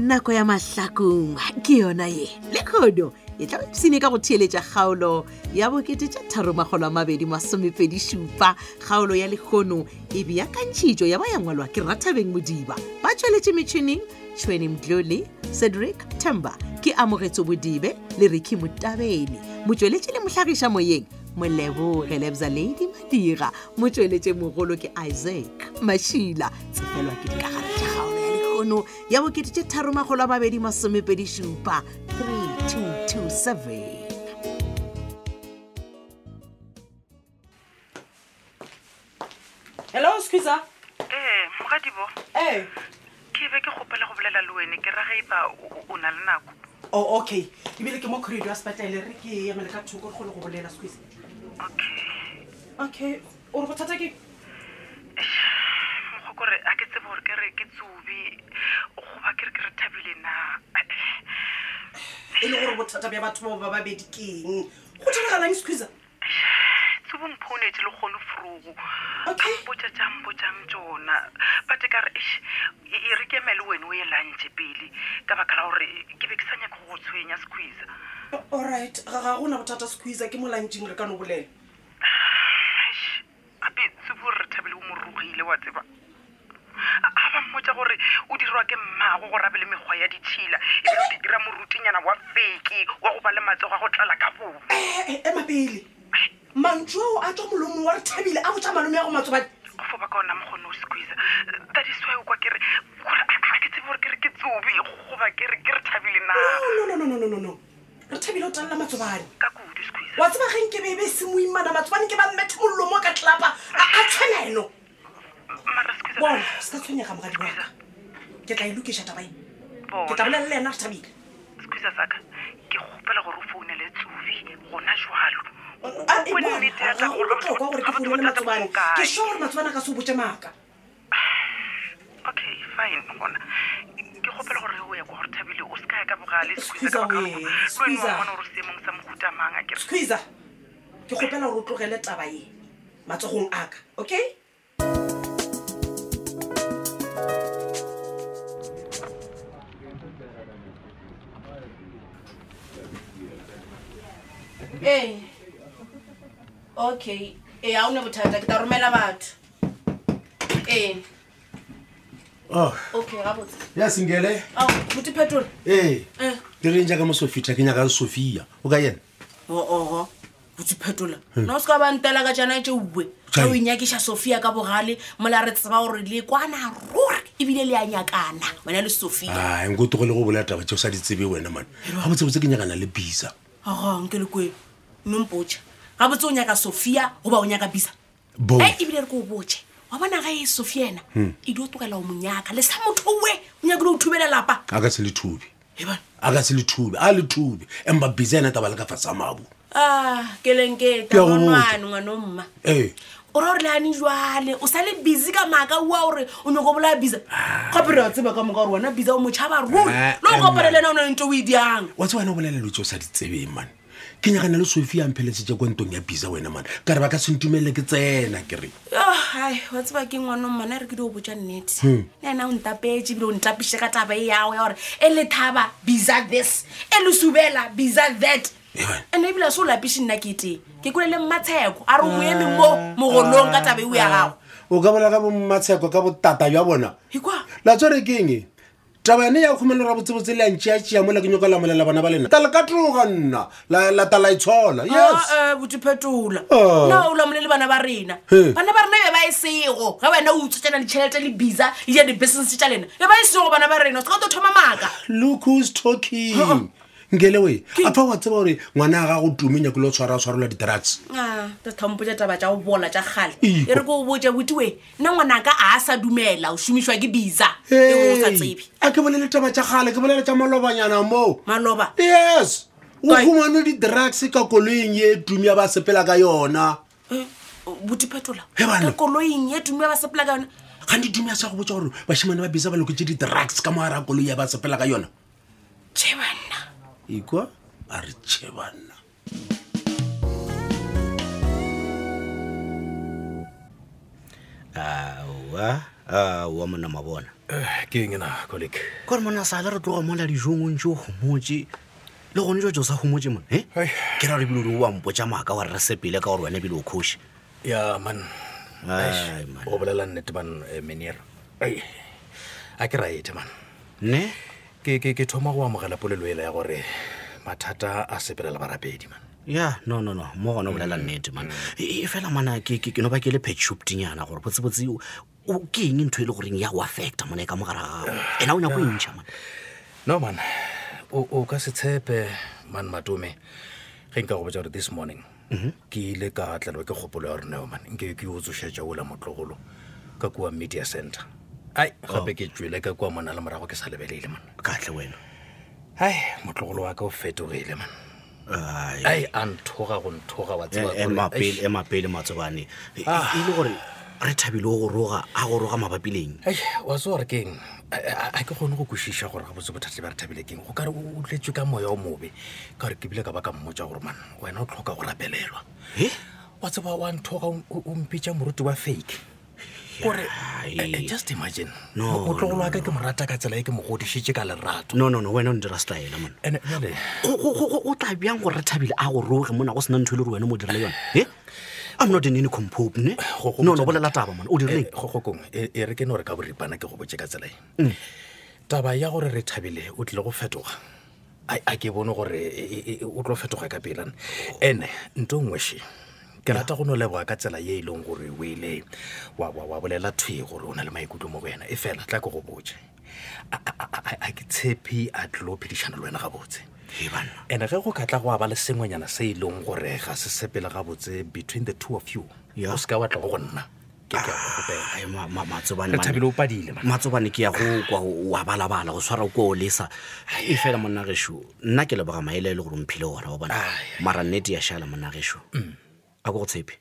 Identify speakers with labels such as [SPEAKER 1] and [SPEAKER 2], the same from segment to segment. [SPEAKER 1] nako ya mahlakong ke yona ye le kgono e tla epsene ka go theeletša kgaolo ya bokete tša tharomagolo a mabedi masomepedi šupa kgaolo ya lekgono e beakantšhitšo ya ba ya ngwalwa ke rathabeng modiba ba tšweletše metšhineng tšhweni mdlole cedric tember ke amogetso bodibe le riki motabene motšweletše le mohlagiša moyeng moleboge lebza ladi madira motšweletše mogolo ke isaac mašila tsefelwa ke dikagare tša kgaolo ya lekgono ya bokete tše tharomagolo a mabedi masomepedi šupa 3227
[SPEAKER 2] hello squeezer
[SPEAKER 3] ee mogadibo
[SPEAKER 2] ee
[SPEAKER 3] ke be ke kgopela go bolela le wene ke raga eba o- o na le nako
[SPEAKER 2] o okay ebile ke mo credo ya sepetele re ke emele ka thoko re kgole go bolela squeeze
[SPEAKER 3] okay
[SPEAKER 2] okay o re bothata ke
[SPEAKER 3] mokgo kore a ke tsebe gore ke re ke tsobe goba ke re ke re thabile na
[SPEAKER 2] e le gore bothata bja batho bao ba babedi keng go diragalang squeeze
[SPEAKER 3] tsobo mphounetse le kgone frogo
[SPEAKER 2] Okay.
[SPEAKER 3] botjang botjang tsona bate ka re "Eish, e e re ke emele wene o e lantse pele ka baka la gore ke be ke sa nyake go go tshwenya squeeze
[SPEAKER 2] allright ga ga gona bothata squeeze ke molantšeng re ka no bolela
[SPEAKER 3] Eish, gape tsebo re thabele o morogile wa tseba A- a ba mmotsa gore o dirwa ke mmago go rabe le mekgwa ya ditšhila ebile o di dira morutinyana wa feke wa go ba le matsogo a go tlala ka bomo
[SPEAKER 2] ee ema pele mantšu ao a tswa molomong wa re thabile a botsa malome ya go matsobadi
[SPEAKER 3] go foba ka ona mokgone o squeeze tadiswae kwa kere gore a a ke tsebe gore kere ke tsobe goba kere ke re thabile na
[SPEAKER 2] nononononono re thabile o talela matsobane
[SPEAKER 3] ka kudu squeeze
[SPEAKER 2] wa tseba ge nke be ebe semoimana matsobane ke ba mmethe mollomo ka tlelapa a a tshwanelo
[SPEAKER 3] mara squeeze
[SPEAKER 2] bona se ka tshwenyega mogadi waka ke tla e lokesa tabae ke tla
[SPEAKER 3] bona
[SPEAKER 2] bolela le ena re thabile
[SPEAKER 3] squeeze saka ke gopela gore o founele tsobe gona jalo
[SPEAKER 2] Ah, eh, bona, ga go botlhokwa gore ke founele matsobane ke sure gore matsobane a ka se o botse maaka
[SPEAKER 3] okay e fine gona ke kgopela gore o ya kwa gore thabile o seka ya ka bogale
[SPEAKER 2] Squeezer, wee, Squeezer.
[SPEAKER 3] squeezergona gore seemong sa mohutamang a kere
[SPEAKER 2] squeezer ke kgopela gore o tlogele taba e matsogong aka okay
[SPEAKER 4] ee okay ee ga one bothata ke ta romela batho ee
[SPEAKER 5] Oh,
[SPEAKER 4] okay gabotse
[SPEAKER 5] ya singele
[SPEAKER 4] ao moti phetola
[SPEAKER 5] ee
[SPEAKER 4] Eh.
[SPEAKER 5] ke reng jaaka mo sofita ke nyaka sofia o ka yena
[SPEAKER 4] oo Oh, botse phetola nna o se ka bantela ka jana tse uwe
[SPEAKER 5] Jai.
[SPEAKER 4] a o inyakiša sophia ka bogale mola re tseba gore le kwana ruri ebile le a nyakana wena le sophia
[SPEAKER 5] ai nko togole go bola taba tse o sa di tsebe wena mane ga botsebotse ke nyakana le bisa
[SPEAKER 4] aganke le kweno nompotša gabotse o nyaka sophia goba o nyaka bisa
[SPEAKER 5] bo
[SPEAKER 4] e ebile re ko o botse wa bona ga e sophia ena
[SPEAKER 5] Hmm,
[SPEAKER 4] e dio tokela o monyaka le sa motho owe o nyakile o thubela lapa
[SPEAKER 5] a ka se le thubi
[SPEAKER 4] E bana,
[SPEAKER 5] a ka se le thubi a le thubi emba bisa ena taba le ka fatsa mabo
[SPEAKER 4] ah, ke
[SPEAKER 5] Ke a go
[SPEAKER 4] lenketaonwane ngwana mma
[SPEAKER 5] ee
[SPEAKER 4] o ra gore leane jale o sa le busy ka maaka oa gore o nyako bolaya bisa gape re a tseba ka moka gore wena bisa o motšhaba ruri
[SPEAKER 5] Ah,
[SPEAKER 4] le o
[SPEAKER 5] Emma.
[SPEAKER 4] kopane le ena o na lentse o e diang
[SPEAKER 5] wa tse wena o bolela lotse o sa di tsebeng mane ke nyakana le sofia mphelesetse kwa ntong ya bisa wena mane ka re ba ka sentumelele ke tsena ke re
[SPEAKER 4] ai Ah, wa tseba ke ngwana mmana re ke di o botsa nnete
[SPEAKER 5] Hmm.
[SPEAKER 4] le ena o ntapetse ebile o ntapise ka taba e yago ya gore e lethaba bisa this e lesubela bisa that
[SPEAKER 5] Ewa.
[SPEAKER 4] and ebile se o lapise nna ke teng ke kole le mmatsheko a re o moeme
[SPEAKER 5] Ah.
[SPEAKER 4] mo mogolong ka taba eo ya gago
[SPEAKER 5] o ka bola ka bommatsheko ka botata jwa bona
[SPEAKER 4] ekwa
[SPEAKER 5] la tswere keng e taba yane ya kgomelela ra botsebotse le yantšeatšea mola ke nyoka la molela bana ba lena ta le ka tloga nna la la ta la e
[SPEAKER 4] Ah,
[SPEAKER 5] tshola yes
[SPEAKER 4] eh, botiphetola
[SPEAKER 5] Ah.
[SPEAKER 4] e na o lamole le bana ba rena
[SPEAKER 5] He.
[SPEAKER 4] bana ba rena e be ba e sego ga wena o utswetsana ditšhelete le bisa le ja di-business tša lena e ba e sego bana ba rena o se ka o tlo thoma maaka
[SPEAKER 5] look who's
[SPEAKER 4] Ah,
[SPEAKER 5] talking nkele we apha wa tseba gore ngwana a gago tumenyako le go tshwara-tshwarelwa di-drugs
[SPEAKER 4] Ah, tampoja taba tja go bola tja kgale
[SPEAKER 5] Ih.
[SPEAKER 4] e re ko o botja botiwe nna ngwanaka a a sa dumela o šomišwa ke bisa eo o sa
[SPEAKER 5] Hey,
[SPEAKER 4] tsebe
[SPEAKER 5] a ke bolele taba tša gale ke bolele tša malobanyana moo
[SPEAKER 4] maloba
[SPEAKER 5] yes o
[SPEAKER 4] Kae?
[SPEAKER 5] humane di-drugs ka koloing ye tumi ya ba sepela ka yona
[SPEAKER 4] Eh, botiphetola
[SPEAKER 5] He bana.
[SPEAKER 4] ka koloing e tumia ba sepela ka yona
[SPEAKER 5] ga di tumi ya sa go botsa gore bašimane ba bisa ba loketse di-drugs ka mogare a koloi ya ba sepela ka yona
[SPEAKER 4] tšhe banna
[SPEAKER 5] ikwa a re tšhe banna
[SPEAKER 6] awa a oa monna mabona
[SPEAKER 7] Eh, ke eng na colleague
[SPEAKER 6] kore monna sale re tloga mola dijong o ntse o gomotse le gone jo jo sa gomotse mona e
[SPEAKER 7] Hai.
[SPEAKER 6] ke ra re ebile ore wa mpotsa maaka wa re re sepele ka gore wena ebile o kgoši
[SPEAKER 7] ya man
[SPEAKER 6] Ai, man.
[SPEAKER 7] o bolela nnete man menier a ke raete man
[SPEAKER 6] ne
[SPEAKER 7] ke ke- ke thoma go amogela polelo ela ya gore mathata a sepela le barapedi man
[SPEAKER 6] ya no no no mo gona o bolela
[SPEAKER 7] Mm-hmm.
[SPEAKER 6] nnete man e e fela mana ke ke- ke no ba ke le petshoptenyana gore botsebotse o- o- ke eng ntho e le goreng ya o affecta mone ka mogare ga gago ena o nyako entšha man
[SPEAKER 7] Eh, no man o o ka se tshepe man matome ge nka go botsa gore this morning
[SPEAKER 6] Mhm.
[SPEAKER 7] ke ile ka tlalwa ke kgopolo ya gore neo man nke ke o tsošetša ola motlogolo ka kua media center ai gape ke tswele ka kua mona le morago ke sa lebeleile man
[SPEAKER 6] katle oh. wena
[SPEAKER 7] ai motlogolo wa ka o fetogile man
[SPEAKER 6] Ai.
[SPEAKER 7] ai a nthoga go nthoga wa tseba gore-
[SPEAKER 6] E- ema
[SPEAKER 7] Eish. Ah.
[SPEAKER 6] pele- ema pele matsobane e e le gore re thabile o goroga a goroga mabapileng
[SPEAKER 7] Ai, wa se gore keng a a- a ke kgone go kwešiša gore ga botse bothata ba re thabile keng go kare o tletswe ka moya o mobe ka gore ke bile ka ba ka mmotsa gore man wena o tlhoka go rapelelwa
[SPEAKER 6] e
[SPEAKER 7] wa tseba wa nthoga o- o o mpitša moruti wa fake gore
[SPEAKER 6] Ai.
[SPEAKER 7] eh, eh, just imagine
[SPEAKER 6] No,
[SPEAKER 7] motlogolo wa ka ke mo rata ka tsela e ke mo godišitše ka lerato
[SPEAKER 6] no no no wena o ntira setaela mona
[SPEAKER 7] and jale
[SPEAKER 6] Go- go- go- go- go tla bjang gore re thabile a goroge mona go sena ntho e le gore wena o mo dirile yone e i'm not an any compope ne
[SPEAKER 7] Go- go
[SPEAKER 6] no
[SPEAKER 7] botsa
[SPEAKER 6] no bolela
[SPEAKER 7] nnete.
[SPEAKER 6] taba mona o dirileng
[SPEAKER 7] Eh, go gokong e e re ke ne gore ka boripana ke go botse ka e. tselae
[SPEAKER 8] E
[SPEAKER 7] taba ya gore re thabile o tlile go fetoga a a ke bone gore e- e- e- o tlo fetoga ka pelane ande nto ngweshe ke rata go no leboga ka tsela ye e leng gore o ile wa wa- wa bolela thwe gore o na le maikutlo mo go wena e fela tla ke go botse A- a- a a- a ke tshepe a tlilo phedišana le wena gabotse
[SPEAKER 6] e banna
[SPEAKER 7] and-e ge go ka tla go a ba le sengwenyana se e leng gore ga se sepele gabotse between the two of you
[SPEAKER 6] Ya.
[SPEAKER 7] o se ka wa tla go go nna ke ke a go kgopela.
[SPEAKER 6] Ai, ma- ma- matsobane,
[SPEAKER 7] Re
[SPEAKER 6] man.
[SPEAKER 7] thabile o padile, man.
[SPEAKER 6] matsobane ke ya go kwa o- wa balabala go tshwara ko o lesa e fela monna gešo nna ke leboga maele e le gore o mphile ona wa bona
[SPEAKER 7] Ai.
[SPEAKER 6] mara nnete ya šala monna gešo a ko go tshepe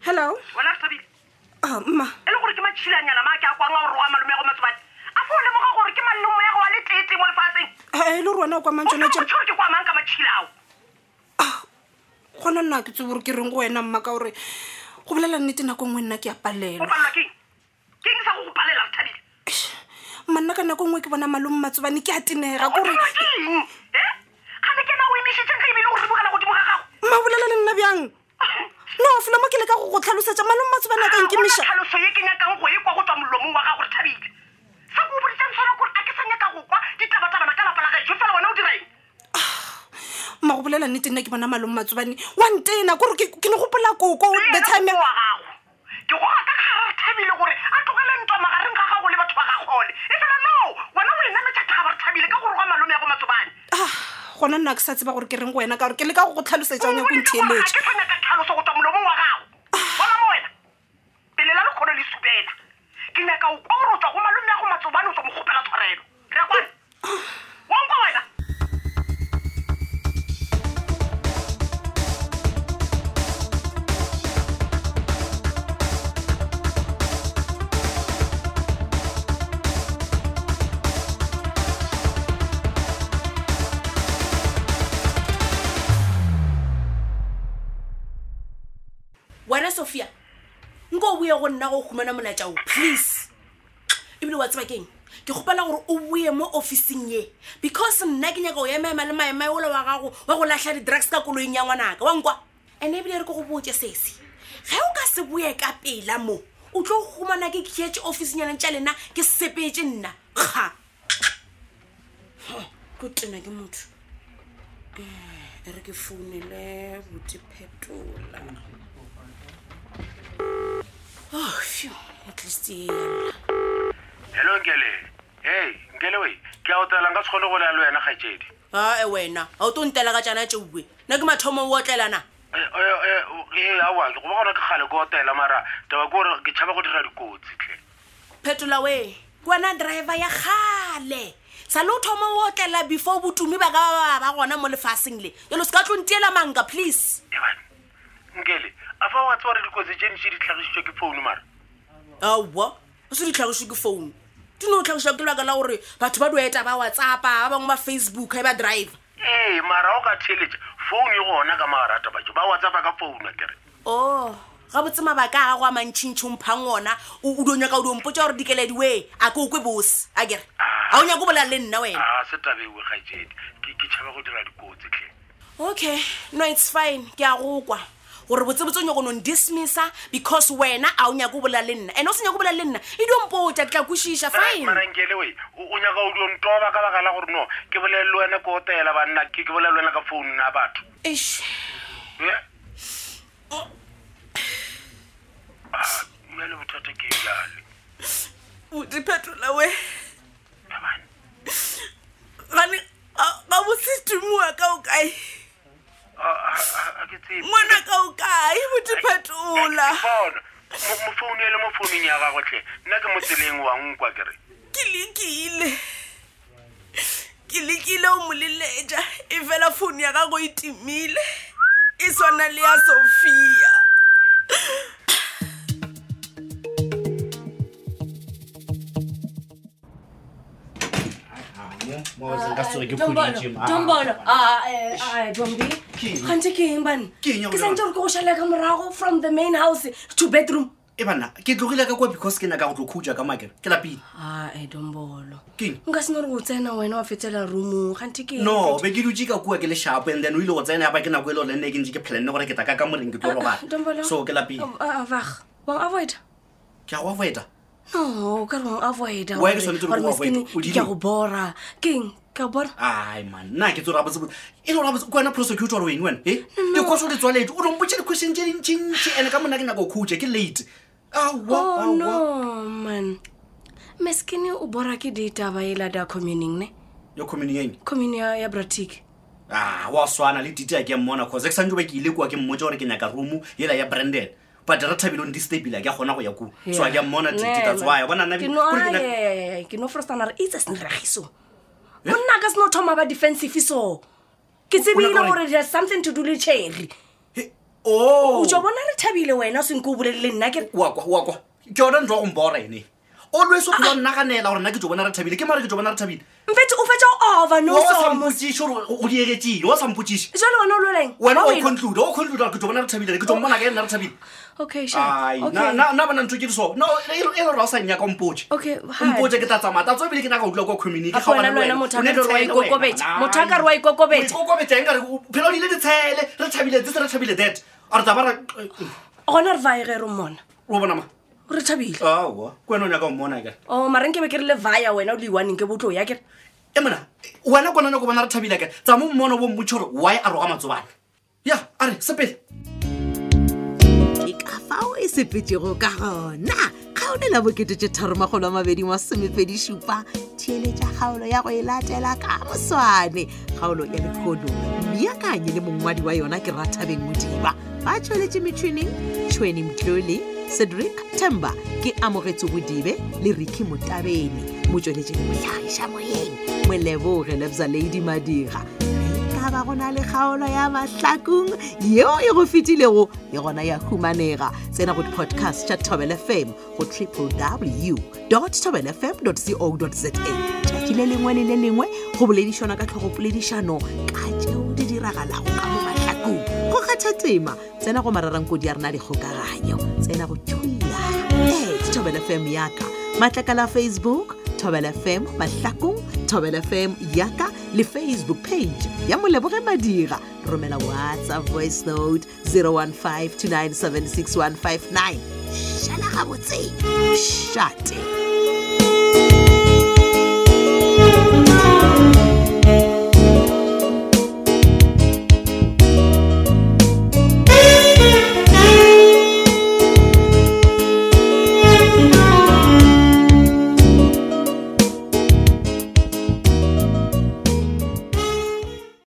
[SPEAKER 4] hello
[SPEAKER 8] wena re thabile
[SPEAKER 4] Ah, mma
[SPEAKER 8] e le gore ke matšhilanyana maa ke a kwanga gore roa malome ya go matsobane a fa o lemoga gore ke mallomo ya go wa letlete mo lefatsheng
[SPEAKER 4] Ah, e le gore wena o
[SPEAKER 8] o
[SPEAKER 4] kwamantšone
[SPEAKER 8] tshwere gore ke kwa mang ka matšhila ao
[SPEAKER 4] gona nna ke tse gore ke reng go wena mma ka gore go bolela nnete nako e nngwe nna ke a
[SPEAKER 8] o
[SPEAKER 4] palelwa
[SPEAKER 8] palelwa keng ke eng sa go go palela re thabile
[SPEAKER 4] mma nna ka nako e nngwe ke bona malome matsobane ke a tenega
[SPEAKER 8] o
[SPEAKER 4] kore
[SPEAKER 8] palelwa ke eng e gane ke na o emišitšeng ge ebile o re bogela godimo ga gago
[SPEAKER 4] mma o bolela le nna bjang no fela mo ke le ka go go tlhalosetsa malome matsobane a ka nkemiša
[SPEAKER 8] Ga gona tlhaloso ye ke nyakang go e kwa go tswa mollomong wa gago re thabile sa ko o boditsang tshwana kore a ke sa nyaka go kwa ditabatabana ka lapa la gaeso fela wena o diraeng
[SPEAKER 4] mma go bolela nnete nna ke bona malome matsobane wa ntena kore ke ke ne gopola koko
[SPEAKER 8] Le
[SPEAKER 4] the
[SPEAKER 8] yena
[SPEAKER 4] time
[SPEAKER 8] moko wa gago ke goga ka gare re thabile gore a tlogele ntwa magareng ga gago le batho ba gagone e fela no wena o enametša thaba re thabile ka gore ga malome ya go matsobane
[SPEAKER 4] Ah, gona nna ke sa tseba gore ke reng go wena ka gore ke le ka go go tlhalosetsa o nyako
[SPEAKER 8] ga
[SPEAKER 4] ntheeletše
[SPEAKER 8] ke sa nyaka tlhaloso go tswa molomong wa gago bona mo wena pele la lekgono le supela ke nyaka o kwa gore o tswa go malome ya go matsobane o tswa mo kgopela tshwarelo re a kwane wa nkwa wena
[SPEAKER 4] wena sophia nko o boye go nna go humana monajao please ebile wa tseba keng ke gopela gore o boye mo officing ye because nna ke nyaka o emaema le maema ola wa gago wa go latlha di-drugs ka koloing ya ngwanaka wa nkwa and ebile re ke go botse sese ge o ka se boye ka pela mo o tlo go humana ke catch officing yanang tša lena ke sepetse nna kga Huh, ko tena ke motho Eh, e re ke founele botephetola ofio atleast
[SPEAKER 9] hello nkele hey nkele we ke a o tlela nka se kgone go lea le wena kgatsedi
[SPEAKER 4] eh, ae wena ga o tlo ntela ka tsana tseuwe nna ke mathomo o otlelana
[SPEAKER 9] Eh, ee awa go ba gona e, ke gale ke otela mara taba ke gore ke tšhaba go dira dikotsi tle
[SPEAKER 4] phetola we ke wena driver ya gale sa le o thoma o otlela before botumi ba ka ba ba gona mo lefaseng le jalo se ka tlo ntiela manka please
[SPEAKER 9] ebane E, nkele a fa wa tseba gore dikotsi tše dintšhe di tlhagisitswe ke founu mara
[SPEAKER 4] aowa o se di tlhagiso ke founu di ne o tlhagiso ke lebaka la gore batho ba dieta ba whatsappa ba bangwe ba facebook e ba driver
[SPEAKER 9] ee mara o ka theletša founu e gona ka magarata batho ba whatsappa ka founu a kere
[SPEAKER 4] o Oh, gabotse mabaka a gago a mantšhintšhomphang ona o o dio nyaka o diommpotsa gore dikelediwe a ke o kwe bose a kere a o nyaka o bolela le nna wena
[SPEAKER 9] a se tabeiwe gatsedi ke tšhaba go dira dikotsi tle
[SPEAKER 4] okay no it's fine ke a go kwa gore botsebotse o nyaka nong dismissa because wena a o nyaka o bolela le nna and o se nyaka o bolela le nna e diompota ke tla kwešiša fine
[SPEAKER 9] marankele we o o nyaka o diontoba ka baka la gore no ke bolelele wena ke otela banna ke ke bolelele wena ka founu na batho
[SPEAKER 4] Eish.
[SPEAKER 9] Eh? Ah, nna le bothata ke jale
[SPEAKER 4] modipetola we
[SPEAKER 9] Thabane.
[SPEAKER 4] gane ga bosetumiwa ka o kae
[SPEAKER 9] Ah, ah, ah, ke tsebe.
[SPEAKER 4] ngwana ka o kae modipetola
[SPEAKER 9] Ke bona. Mo- mo founu e le mo founung ya gagotlhe nna ke mo tseleng wa nkwa kere
[SPEAKER 4] ke lekile ke lekile o moleletša e fela founu ya gago e timile e swana le ya sophia
[SPEAKER 2] Oh,
[SPEAKER 10] tombolo
[SPEAKER 2] Ah,
[SPEAKER 10] eh, dombi gante ah, ke eng bane
[SPEAKER 2] Ke eng ya
[SPEAKER 10] ke
[SPEAKER 2] go
[SPEAKER 10] santse gore ke go šhalela ka morago from the main house to bedroom
[SPEAKER 2] e banna ke tlogile ka kwa because ke nyaka go tlo khuja ka makere ke lapile
[SPEAKER 10] ae e dombolo
[SPEAKER 2] Ke eng?
[SPEAKER 10] nka sena gore o tsena wena wa fetela roomong gante ke eng
[SPEAKER 2] no
[SPEAKER 10] fete-
[SPEAKER 2] be ke dutse ka kua ke le sharp and then o ile go tsena yapa ke nako e le gore le nne ke ntse ke plan-ne gore ke tla ka ka moreng ke tlo
[SPEAKER 10] Ah,
[SPEAKER 2] robala
[SPEAKER 10] dombolo
[SPEAKER 2] so ke lapile
[SPEAKER 10] Oh, ah, vag wang avoida
[SPEAKER 2] ke a go avoida
[SPEAKER 10] no o ka re wang avoida
[SPEAKER 2] Why ke tshwanetse hore ke o avoid? O
[SPEAKER 10] ke
[SPEAKER 2] dirile
[SPEAKER 10] a go bora ke eng ke a bora
[SPEAKER 2] ai man nna ke tse rabotsebo e le gore ke wena prosecutor ore eng wena e ke koso letswaletse o dompotse di-question tse dintšintši and ka mona ke nyaka go khutse ke late awa
[SPEAKER 10] oh no man meskine o bora ke ditaba e lada communing ne
[SPEAKER 2] yo communieng
[SPEAKER 10] commune ya ya bratic
[SPEAKER 2] a Ah, wa swana le tite ya ke mmona cause ke santse ba ke ile kua ke mmotsa gore ke nyaka room ela ya brandon but re thabileng distabile ke a kgona go ya kuo so a ke a mmona tite ka tswaya bona nna- kore ke nyaka-
[SPEAKER 10] ke no frostanare itse senregiso
[SPEAKER 2] Eh?
[SPEAKER 10] o nna ka seno thoma ba defensive so ke tsebile
[SPEAKER 2] nyaka
[SPEAKER 10] gore there's something to do le cherry
[SPEAKER 2] He, oh.
[SPEAKER 10] o jo bona re thabile wena o senke o bolelele nna ke
[SPEAKER 2] Wa kwa, wa kwa. ke yona ntho ya go mbora ene always o tlo nnaganela gore nna ke jo bona re thabile ke mare ke jo bona re thabile
[SPEAKER 10] mfetse o fetsa o over no
[SPEAKER 2] o
[SPEAKER 10] somo
[SPEAKER 2] sampotsiše gore o diegetsile o sampotsiše
[SPEAKER 10] jale wena o loleng
[SPEAKER 2] wena o conclude o conclude gore ke jo bona re thabile ke jo mmona ka ena re thabile
[SPEAKER 10] okay sure.
[SPEAKER 2] ai
[SPEAKER 10] Okay.
[SPEAKER 2] na- na na bona ntho ke diso no e e le gore ga o sa nnyaka ompotse
[SPEAKER 10] Okay, hi.
[SPEAKER 2] ompotse ke tla tsamaya tatso ebile ke naka utlwa kwa community
[SPEAKER 10] Apo wena le wena motho a ka re wa ikokobetsa. Motho a ka re wa ikokobetsa.
[SPEAKER 2] ekare phela o dile ditshele re thabile tse se re thabile that are taba ra
[SPEAKER 10] gona re vae ge re mmona
[SPEAKER 2] eh, o bonama
[SPEAKER 10] o re thabile
[SPEAKER 2] aa ke wena o nyaka o mmona kere
[SPEAKER 10] o marenke be Oh, ke re le vaya wena o le iwaneng ke botlo ya kere
[SPEAKER 2] e mona wena kona nako bona re thabile kere tsa mo mmono bo mmotse gore wy a roga matsobana ya a re sepele
[SPEAKER 1] ke ka fao e sepetsego ka gona kgaolo la boketetše tharomagolo a mabedi masomepedi šupa theeletša kgaolo ya go e latela ka moswane kgaolo ya lekgono meakanye le mongwadi wa yona ke rathabeng modiba ba tšweletše metšhineng tšhweni mtlole cedric temba ke amogetse bodibe le riki motabene motšweletše le mohlagiša moyeng moleboge lebza ladi madira ka ba go na le kgaolo ya mahlakong yeo e go fetilego le gona ya humanega tsena go di-podcast tša tobel fm go www tobel fm co za tšatši le lengwe le le lengwe go boledišana ka tlhogopoledišano ka tšeo di diragalago ka mo mahlakong go kgatha tema tsena go mararankodi a rena dikgokaganyo tsena go thuya et tobel fm yaka matlakala facebook tobel fm mahlakong tobel fm yaka le facebook page ya moleboge madira romela whatsapp voice note 015 2976 159 šhala gabotse shate